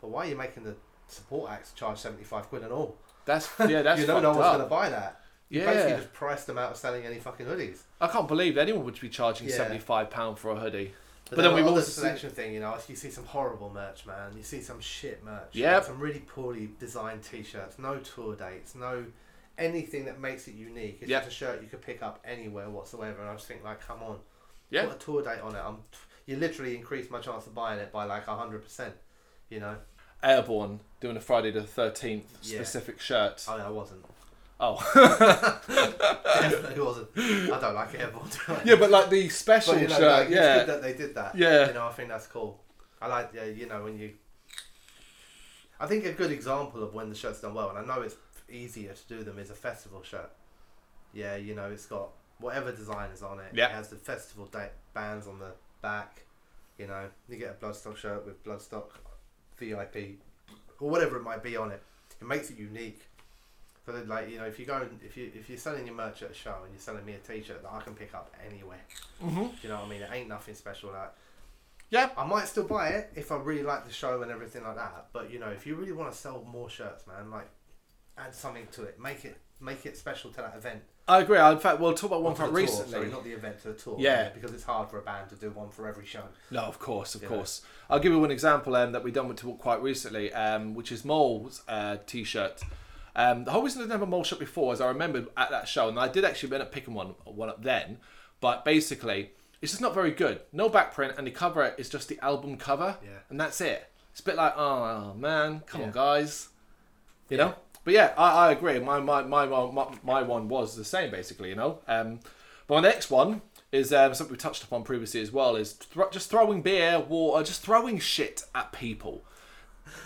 But why are you making the support acts charge seventy five quid and all? That's yeah, that's you know, fucked no one's up. going to buy that. You Yeah. basically just priced them out of selling any fucking hoodies. I can't believe anyone would be charging Yeah. seventy five pound for a hoodie. But, But then then, we've we've the also seen- selection thing, you know, you see some horrible merch, man. You see some shit merch. Yep. Like Some really poorly designed T-shirts. No tour dates. No anything that makes it unique. It's Yep. just a shirt you could pick up anywhere whatsoever. And I just think, like, come on, Yeah. put a tour date on it. I'm, you literally increase my chance of buying it by like hundred percent. You know, Airborne doing a Friday the thirteenth Yeah. Uh, specific shirt. I mean, I wasn't. Oh. Definitely wasn't. I don't like it. Everyone. do I? yeah, but like the special But you know, shirt, like, yeah. it's good that they did that. Yeah. You know, I think that's cool. I like, yeah, you know, when you. I think a good example of when the shirt's done well, and I know it's easier to do them, is a festival shirt. Yeah, you know, it's got whatever design is on it. Yeah. It has the festival date bands on the back. You know, you get a Bloodstock shirt with Bloodstock VIP or whatever it might be on it. It makes it unique. So then, like you know, if you go and if you if you're selling your merch at a show and you're selling me a T-shirt that I can pick up anywhere, hmm do you know what I mean? It ain't nothing special. Like, Yeah. I might still buy it if I really like the show and everything like that. But you know, if you really want to sell more shirts, man, like, add something to it. Make it make it special to that event. I agree. I- In fact, we'll talk about one Or to quite the tour, recently. sorry, not the event to the tour. Yeah. because it's hard for a band to do one for every show. No, of course, of You know. course. I'll give you one example um, that we done with talk quite recently, um, which is Mole's uh, t-shirt. Um, the whole reason I've never Mole shirt before is I remembered at that show, and I did actually end up picking one one up then. But basically, it's just not very good. No back print, and the cover is just the album cover, Yeah. and that's it. It's a bit like, oh man, come on Yeah. guys, you know. But yeah, I, I agree. My my, my one- my my one was the same basically, you know. Um, but my next one is um, something we touched upon previously as well is thro just throwing beer, water, just throwing shit at people.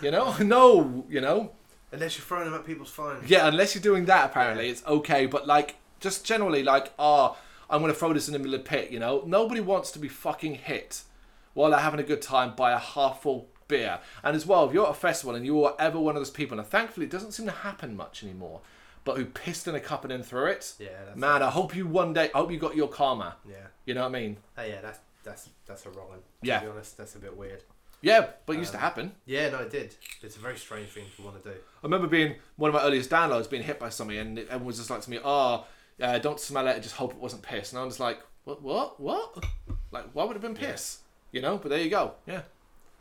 You know, no, you know, Unless you're throwing them at people's phones. yeah. Unless you're doing that, apparently it's okay. But like, just generally, like, ah, I'm gonna throw this in the middle of the pit. You know, nobody wants to be fucking hit while they're having a good time by a half full beer. And as well, if you're at a festival and you're ever one of those people, and thankfully it doesn't seem to happen much anymore, but who pissed in a cup and then threw it. Yeah, that's Man, I hope you one day. I hope you got your karma. Yeah. You know what I mean? Oh yeah, that's that's that's a wrong one. Yeah. To be honest, that's a bit weird. Yeah, but it used Um, to happen. Yeah, no, it did. It's a very strange thing to want to do. I remember being one of my earliest downloads being hit by something, and it- everyone was just like to me, "Ah, uh, don't smell it. I just hope it wasn't piss." And I was like, "What? What? What? Like, why would it have been piss? You know?" But there you go. Yeah.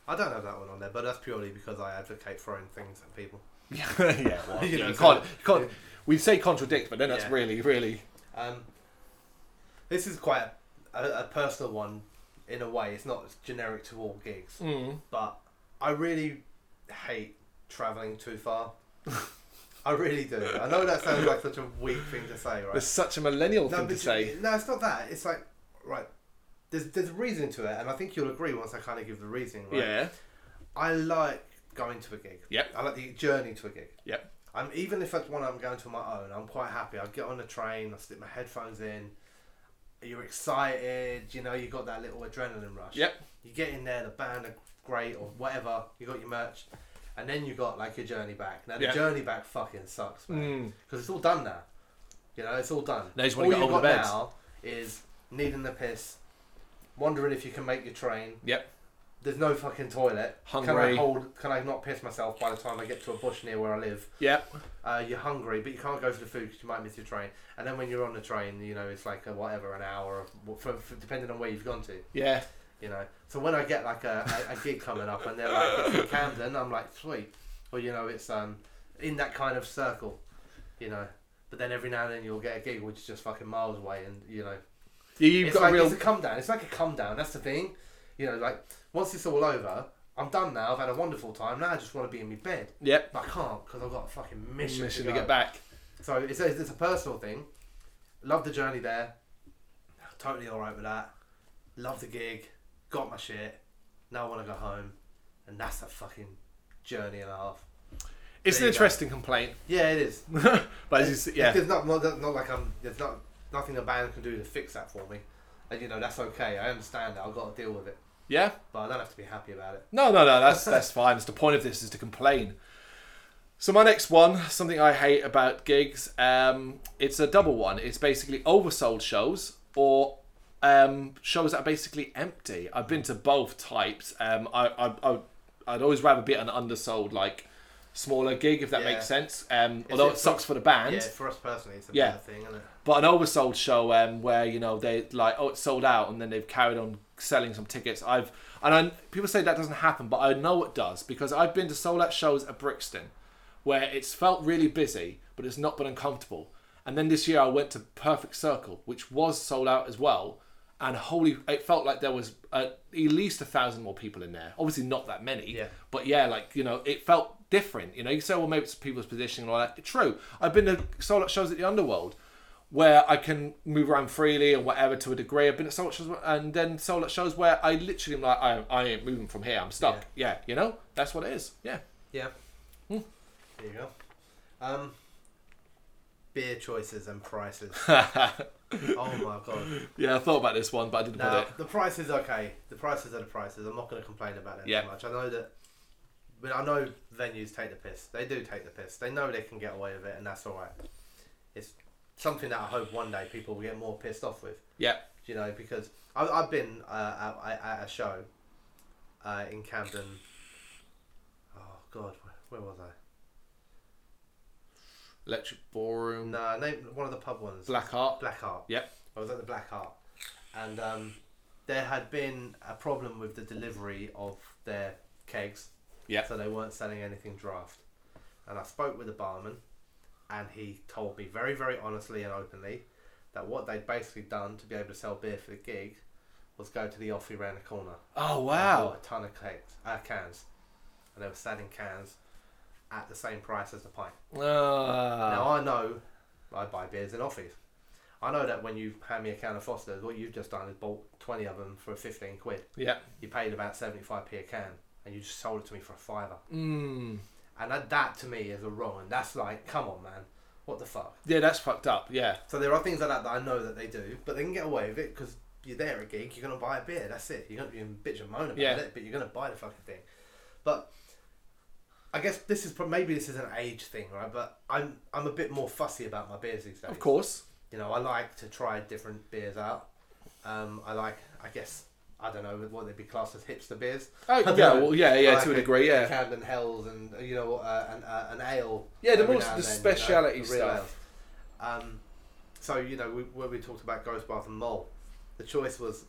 I don't have that one on there, but that's purely because I advocate throwing things at people. yeah. yeah. Well, You you know, know, you so- can't. You can't we say contradict, but then that's Yeah. really, really. Um, this is quite a, a personal one in a way. It's not generic to all gigs, Mm. but I really hate traveling too far. I really do. I know that sounds like such a weak thing to say, right? It's such a millennial No, thing to but say. you- no, it's not that. It's like right. There's there's a reason to it, and I think you'll agree once I kind of give the reason. Right? Yeah. I like going to a gig. Yep. I like the journey to a gig. Yep. I'm even if that's one I'm going to on my own, I'm quite happy. I get on the train, I slip my headphones in. You're excited, you know, you got that little adrenaline rush. Yep. You get in there, the band are great or whatever. You got your merch, and then you got like your journey back. Now the Yeah. journey back fucking sucks, man, because it's all done now. You know, it's all done. Now you Mm. just all wanna get you've over got the beds. now is needing the piss, wondering if you can make your train. Yep. There's no fucking toilet. Can I Hungry. hold? Can I not piss myself by the time I get to a bush near where I live? Yep. Uh, you're hungry, but you can't go for the food because you might miss your train. And then when you're on the train, you know it's like a whatever an hour, of, well, for, for, depending on where you've gone to. Yeah. You know. So when I get like a, a, a gig coming up and they're like it's in Camden, I'm like sweet. Well, you know it's um in that kind of circle, you know. But then every now and then you'll get a gig which is just fucking miles away, and you know You- You've it's got like, a real. It's a come down. It's like a come down. That's the thing. You know, like once it's all over, I'm done now. I've had a wonderful time. Now I just want to be in my bed, Yep. but I can't because I've got a fucking mission, Mission to, to go. get back. So it's a, it's a personal thing. Love the journey there. Totally all right with that. Love the gig. Got my shit. Now I want to go home, and that's a fucking journey and a half. It's an There you go. interesting complaint, Yeah, it is. but as you see, yeah, There's not, not not like I'm. There's not nothing a band can do to fix that for me, and you know that's okay. I understand that. I've got to deal with it. yeah. but I don't have to be happy about it. No, no, no. That's that's fine. It's the point of this is to complain. So my next one, something I hate about gigs, um, it's a double one. It's basically oversold shows or um, shows that are basically empty. I've been to both types. Um, I, I, I would- I'd always rather be at an undersold like smaller gig if that Yeah. makes sense. Um, although it it's sucks for the band, yeah, for us personally, it's a Yeah. bad thing, isn't it? but an oversold show um, where you know they like oh it's sold out and then they've carried on selling some tickets i've and I, people say that doesn't happen but i know it does because i've been to sold out shows at brixton where it's felt really busy but it's not been uncomfortable and then this year i went to perfect circle which was sold out as well and holy it felt like there was uh at least a thousand more people in there obviously not that many Yeah. but yeah, like you know, it felt different. You know, you say, well, maybe it's people's positioning and all that. True. I've been to solo shows at the Underworld, where I can move around freely and whatever to a degree. I've been at solo shows where- and then solo shows where I literally am like, I, I ain't moving from here. I'm stuck. Yeah. you know, that's what it is. Yeah. Yeah. Hmm. There you go. Um, beer choices and prices. oh my god. Yeah, I thought about this one, but I didn't put Now it. the price is okay. The prices are the prices. I'm not going to complain about it Yeah. too much. I know that. But I know venues take the piss. They do take the piss. They know they can get away with it, and that's all right. It's something that I hope one day people will get more pissed off with. Yeah. you know, because I, I've been uh, at, at a show uh, in Camden. Oh God, where, where was I? Electric Ballroom. No, name one of the pub ones. Black Heart. Black Heart. Yep. I was at the Black Heart, and um, there had been a problem with the delivery of their kegs. Yeah. So they weren't selling anything draft, and I spoke with the barman, and he told me very, very honestly and openly that what they'd basically done to be able to sell beer for the gig was go to the offie round the corner. Oh I wow. bought a ton of cakes, uh, cans, and they were selling cans at the same price as the pint. Ah. Now I know I buy beers in office. I know that when you hand me a can of Foster's, what you've just done is bought twenty of them for fifteen quid. Yeah. You paid about seventy five p a can, and you just sold it to me for a fiver. Mm. And that, that to me is a wrong, and that's like, come on, man, what the fuck? Yeah, that's fucked up. Yeah. So there are things like that that I know that they do, but they can get away with it because you're there at a gig, you're gonna buy a beer. That's it. You're gonna you can bitch and moan about Yeah. it, but you're gonna buy the fucking thing. But I guess this is prob- maybe this is an age thing, right? But I'm I'm a bit more fussy about my beers these days. Of course. You know, I like to try different beers out. Um, I like, I guess, I don't know what they'd be classed as hipster beers. Oh, I don't yeah, know. well, yeah, yeah, I like to a a degree, yeah. Camden Hells and you know uh, an uh, an ale. Yeah, the every more now the and then, you know, speciality the real stuff. ales. Um, so you know, we, when we talked about Ghost Bath and Mole, the choice was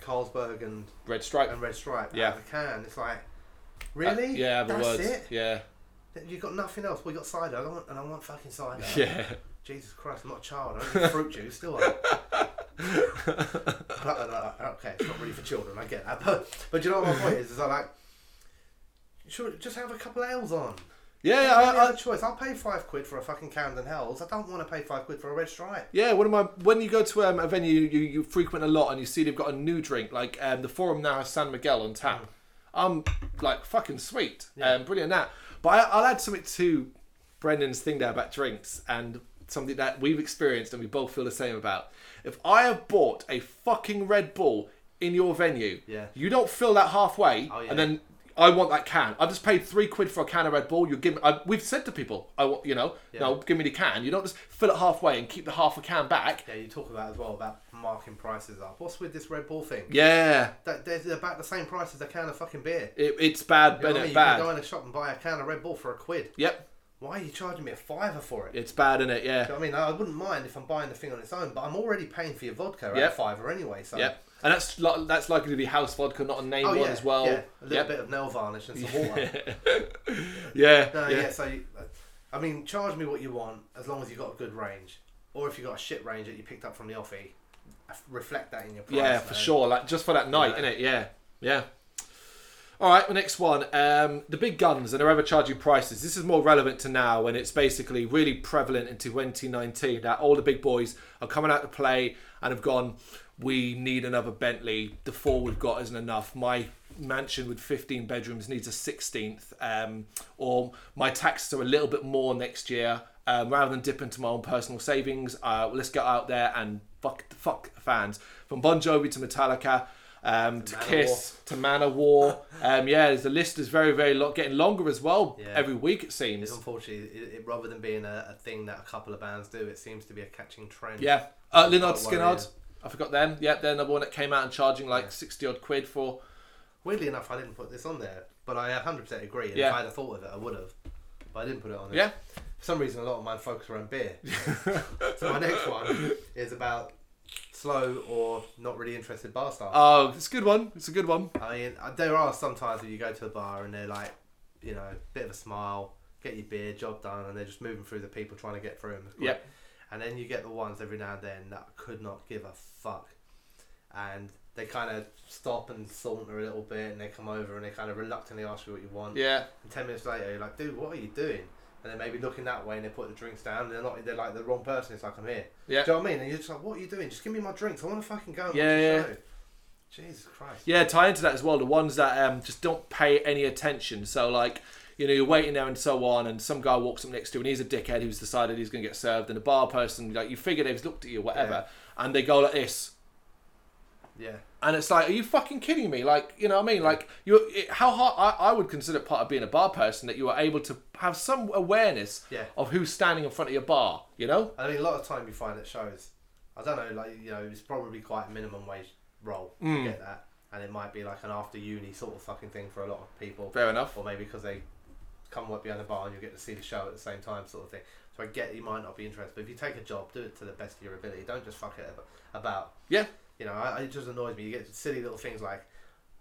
Carlsberg and, Red Stripe. and Red Stripe. out Yeah. Uh, of the can. It's like, really? yeah, other That's words. it? Yeah. You've got nothing else. We got cider. I don't want, and I want fucking cider. Yeah. Jesus Christ, I'm not a child. I don't need fruit juice, do I? uh, I don't know, okay, it's not really for children. I get that, but but do you know what my point is? Is I like, sure, just have a couple of ales on. Yeah, I, I, I, have a choice. I'll pay five quid for a fucking Camden Hells. I don't want to pay five quid for a red stripe. yeah. One of my when you go to um, a venue you, you frequent a lot and you see they've got a new drink like um, the Forum now has San Miguel on tap. I'm like fucking sweet, um, brilliant that. But I, I'll add something to Brendan's thing there about drinks and something that we've experienced and we both feel the same about. If I have bought a fucking Red Bull in your venue, Yeah. you don't fill that halfway Oh, yeah. and then I want that can. I've just paid three quid for a can of Red Bull. You give me. I, we've said to people, I want, you know, no, give me the can. You don't just fill it halfway and keep the half a can back. Yeah, you talk about as well about marking prices up. What's with this Red Bull thing? Yeah, That they're they're about the same price as a can of fucking beer. it, it's bad, You know what I Bennett. mean? You bad. can go in a shop and buy a can of Red Bull for a quid. Yep, Why are you charging me a fiver for it? it's bad, in it? Yeah, I mean, I wouldn't mind if I'm buying the thing on its own, but I'm already paying for your vodka at Yep. a fiver anyway. So yep. And that's li- that's likely to be house vodka, not a name Oh, one yeah, as well. yeah. A little Yep. bit of nail varnish and some water. Yeah, No, yeah. yeah. So, you, I mean, charge me what you want as long as you got a good range, or if you got a shit range that you picked up from the offie, f- reflect that in your price. Yeah, for though. sure. Like just for that night, Yeah. innit? Yeah, yeah. All right, the next one. Um, the big guns and they're ever charging prices. This is more relevant to now, and it's basically really prevalent in 2019 that all the big boys are coming out to play and have gone. We need another Bentley. The four we've got isn't enough. My mansion with 15 bedrooms needs a 16th, um, or my taxes are a little bit more next year. Um, rather than dip into my own personal savings, uh, let's get out there and fuck fuck fans from Bon Jovi to Metallica um, to Manowar. Kiss to Manowar. um, yeah, there's- the list is very, very long, getting longer as well Yeah. every week. It It's seems. unfortunately, it, it, rather than being a, a thing that a couple of bands do, it seems to be a catching trend. Yeah, uh, Leonard Quite worrying. Skinnard. I forgot them. Yeah, they're the one that came out and charging like Yeah. sixty odd quid for. Weirdly enough, I didn't put this on there, but I 100% agree. And Yeah. If I had thought of it, I would have. But I didn't put it on. there. Yeah, For some reason, a lot of mine focus around beer. so my next one is about slow or not really interested bar staff. oh, it's a good one. It's a good one. I mean, uh, there are some times where you go to a bar and they're like, you know, bit of a smile, get your beer, job done, and they're just moving through the people trying to get through them. Yep. And then you get the ones every now and then that could not give a fuck. And they kind of stop and saunter a little bit and they come over and they kind of reluctantly ask you what you want. Yeah, And 10 minutes later, you're like, dude, what are you doing? And they're maybe looking that way and they put the drinks down and they're not, they're like the wrong person. It's like, I'm here. yeah, Do you know what I mean? And you're just like, what are you doing? Just give me my drinks. I want to fucking go and Yeah, watch yeah. the show. Jesus Christ. yeah. Tie into that as well. The ones that um, just don't pay any attention. So like. You know, you're waiting there and so on, and some guy walks up next to you, and he's a dickhead who's decided he's going to get served, and a bar person, like, you figure they've looked at you, whatever, and they go like this, Yeah. And it's like, are you fucking kidding me? Like, you know what I mean? Like, you, it, how hard I, I would consider it part of being a bar person that you are able to have some awareness Yeah. of who's standing in front of your bar. You know? I mean, a lot of time you find at shows, I don't know, like, you know, it's probably quite a minimum wage role. Mm. I get that. And it might be like an after uni sort of fucking thing for a lot of people. Fair enough. Or maybe because they come work behind the bar and you get to see the show at the same time sort of thing. So I get you might not be interested, but if you take a job, do it to the best of your ability. Don't just fuck it ab- about. Yeah. You know, I, I- it just annoys me. You get silly little things like,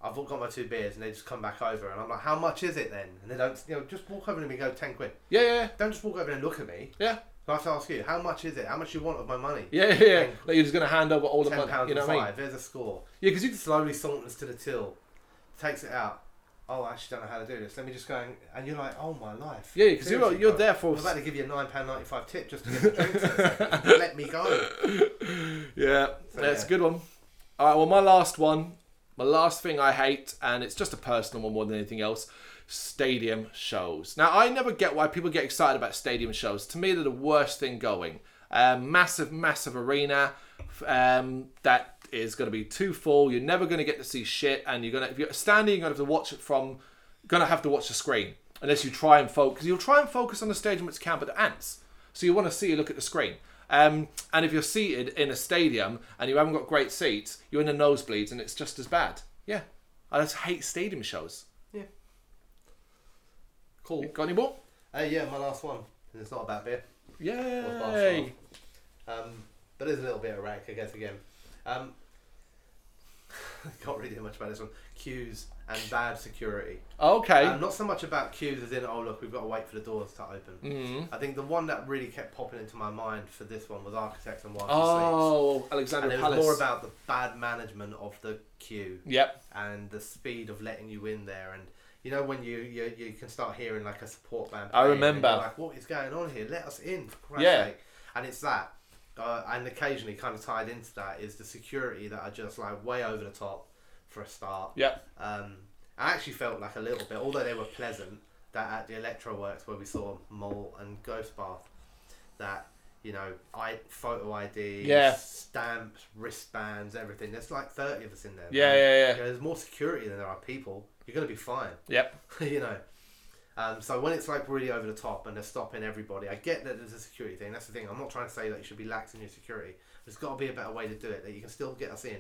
I've got my two beers and they just come back over and I'm like, how much is it then? And they don't, you know, just walk over to me and go 10 quid. Yeah, yeah, Don't just walk over and look at me. yeah, I have to ask you, how much is it? How much you want of my money? yeah, yeah. yeah. Like you're just gonna hand over all the Ten money. pounds You know and what I five. mean? There's a score. Yeah, because you He slowly saunters to the till, takes it out. Oh, I actually don't know how to do this. Let me just go and, and you're like, oh my life. Yeah, 'cause you're- Seriously, you're bro. there for- I'm about to give you a nine pound ninety five tip just to get the drinks. in a second. Let me go. Yeah, that's yeah. a good one. All right, well, my last one, my last thing I hate, and it's just a personal one more than anything else stadium shows. Now, I never get why people get excited about stadium shows. To me, they're the worst thing going. Um, massive, massive arena f- um, that is going to be too full. You're never going to get to see shit, and you're going to, if you're standing, you're going to have to watch it from, going to have to watch the screen unless you try and focus. You'll try and focus on the stadium it's camp at the ants. So you want to see a look at the screen. Um, and if you're seated in a stadium and you haven't got great seats, you're in the nosebleeds and it's just as bad. Yeah. I just hate stadium shows. Yeah. Cool. Got any more? Hey, Uh, yeah, my last one. And it's not about beer. Yay. Um, but there's a little bit of rank, I guess, again. Um, can't really do much about this one. Queues and bad security. Okay. Um, not so much about queues as in, oh look, we've got to wait for the doors to open. Mhm. I think the one that really kept popping into my mind for this one was Architects and Wild Sleeps. Oh, And Alexander it was Palace. more about the bad management of the queue Yep. and the speed of letting you in there. And you know when you you, you can start hearing like a support band. I playing and remember. you're like what is going on here? Let us in, for Christ's Yeah. sake. And it's that. Uh, and occasionally, kind of tied into that, is the security that are just like way over the top for a start. Yep. Um, I actually felt like a little bit, although they were pleasant, that at the Electroworks where we saw Mole and Ghost Bath, that you know, I photo ID, Yeah. stamps, wristbands, everything. There's like thirty of us in there. Yeah, man. yeah, yeah. You know, there's more security than there are people. You're gonna be fine, Yep. you know. Um, so when it's like really over the top and they're stopping everybody, I get that there's a security thing. That's the thing. I'm not trying to say that you should be lax in your security. There's got to be a better way to do it that you can still get us in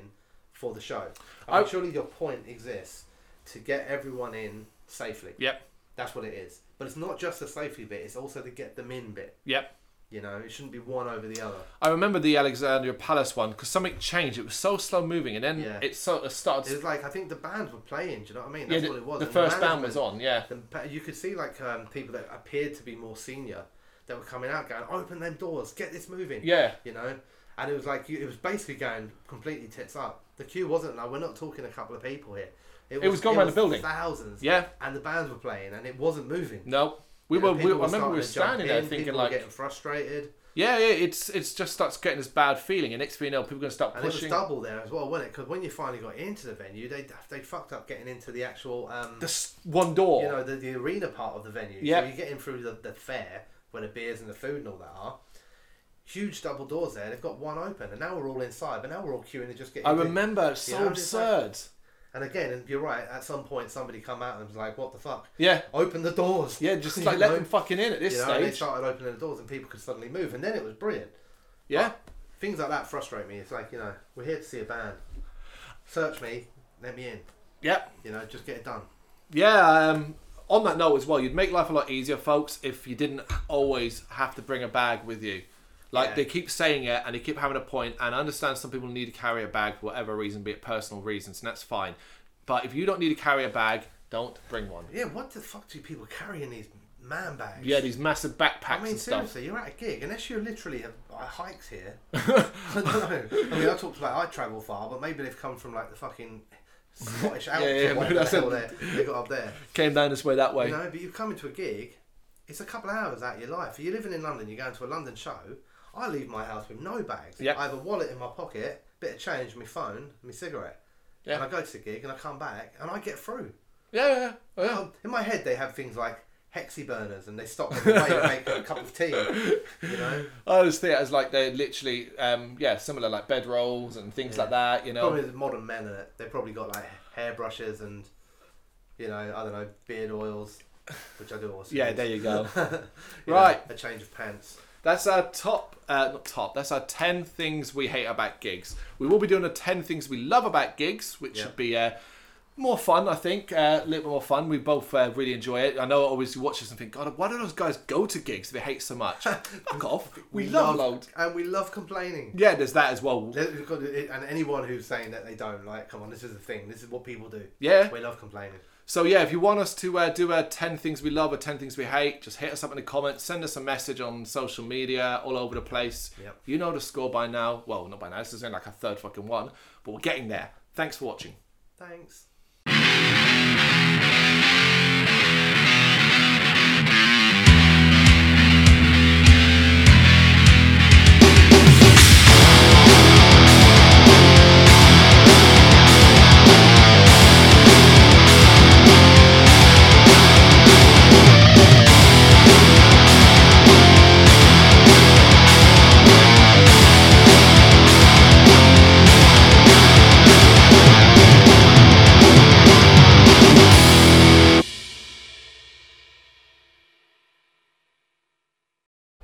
for the show. I mean, I- surely your point exists to get everyone in safely. Yep. That's what it is. But it's not just the safety bit. It's also the get them in bit. Yep. You know, it shouldn't be one over the other. I remember the Alexandria Palace one because something changed. It was so slow moving, and then Yeah. it sort of started. It's like I think the bands were playing. Do you know what I mean? yeah, That's the, what it was. the And first band management- was on. Yeah. the, pa- you could see like um, people that appeared to be more senior that were coming out going open them doors get this moving Yeah. you know and it was like you, it was basically going completely tits up the queue wasn't like we're not talking a couple of people here It was going around the building. thousands Yeah. and the bands were playing and it wasn't moving No. We You know, were. We, I people remember we were starting to jump standing there in, thinking people were like, getting frustrated yeah, yeah. It's it's just starts getting this bad feeling, and next thing you know, people are gonna start and pushing. it was double there as well wasn't it because when you finally got into the venue they they fucked up getting into the actual um, This one door. you know the, the arena part of the venue. Yeah. So you get in through the, the fair where the beers and the food and all that are. Huge double doors there. They've got one open, and now we're all inside. But now we're all queuing to just get. I in. remember. So know, it's like- absurd. And again, and you're right. At some point, somebody come out and was like, "What the fuck? yeah. Open the doors!" Yeah. Just You like let know? them fucking in at this You know, and they stage. started opening the doors, and people could suddenly move, and then it was brilliant. yeah. Things like that frustrate me. It's like you know, we're here to see a band. Search me, let me in. Yep. You know, just get it done. Yeah, um, on that note as well, you'd make life a lot easier, folks, if you didn't always have to bring a bag with you. Like Yeah. they keep saying it and they keep having a point, and I understand some people need to carry a bag for whatever reason, be it personal reasons, and that's fine. But if you don't need to carry a bag, don't bring one. Yeah, what the fuck do people carry in these man bags? Yeah, these massive backpacks I mean, and stuff. seriously, you're at a gig unless you literally have I hiked here. I don't know. I mean, I talked like I travel far, but maybe they've come from like the fucking Scottish Alps yeah, or maybe whatever the that's hell it. they they got up there. Came down this way, that way. You know, but you come into a gig, it's a couple of hours out of your life. If you're living in London, you're going to a London show. I leave my house with no bags. Yep. I have a wallet in my pocket, bit of change, my phone, my cigarette. Yeah. And I go to the gig and I come back and I get through. Yeah, yeah, yeah. yeah. Um, in my head, they have things like hexi burners and they stop on the way to make a cup of tea. You know? I always see it as like they're literally, um, yeah, similar like bed rolls and things like that, you know. Probably the modern men in it. They probably got like hairbrushes and you know I don't know beard oils, which I do also. Yeah, use. there you go. You Right. know, a change of pants. That's our top, uh, not top. That's our ten things we hate about gigs. We will be doing a ten things we love about gigs, which Yeah. should be uh, more fun, I think. Uh, a little bit more fun. We both uh, really enjoy it. I know I always watch this and think, God, why do those guys go to gigs they hate so much? Fuck off. We, love, loads. and we love complaining. Yeah, there's that as well. There's- we've got- And anyone who's saying that they don't like, come on, this is the thing. This is what people do. Yeah. we love complaining. So yeah, if you want us to uh, do a ten things we love or ten things we hate, just hit us up in the comments. Send us a message on social media, all over the place. Yep. You know the score by now. Well, not by now. This is only like our third fucking one, but we're getting there. Thanks for watching. Thanks.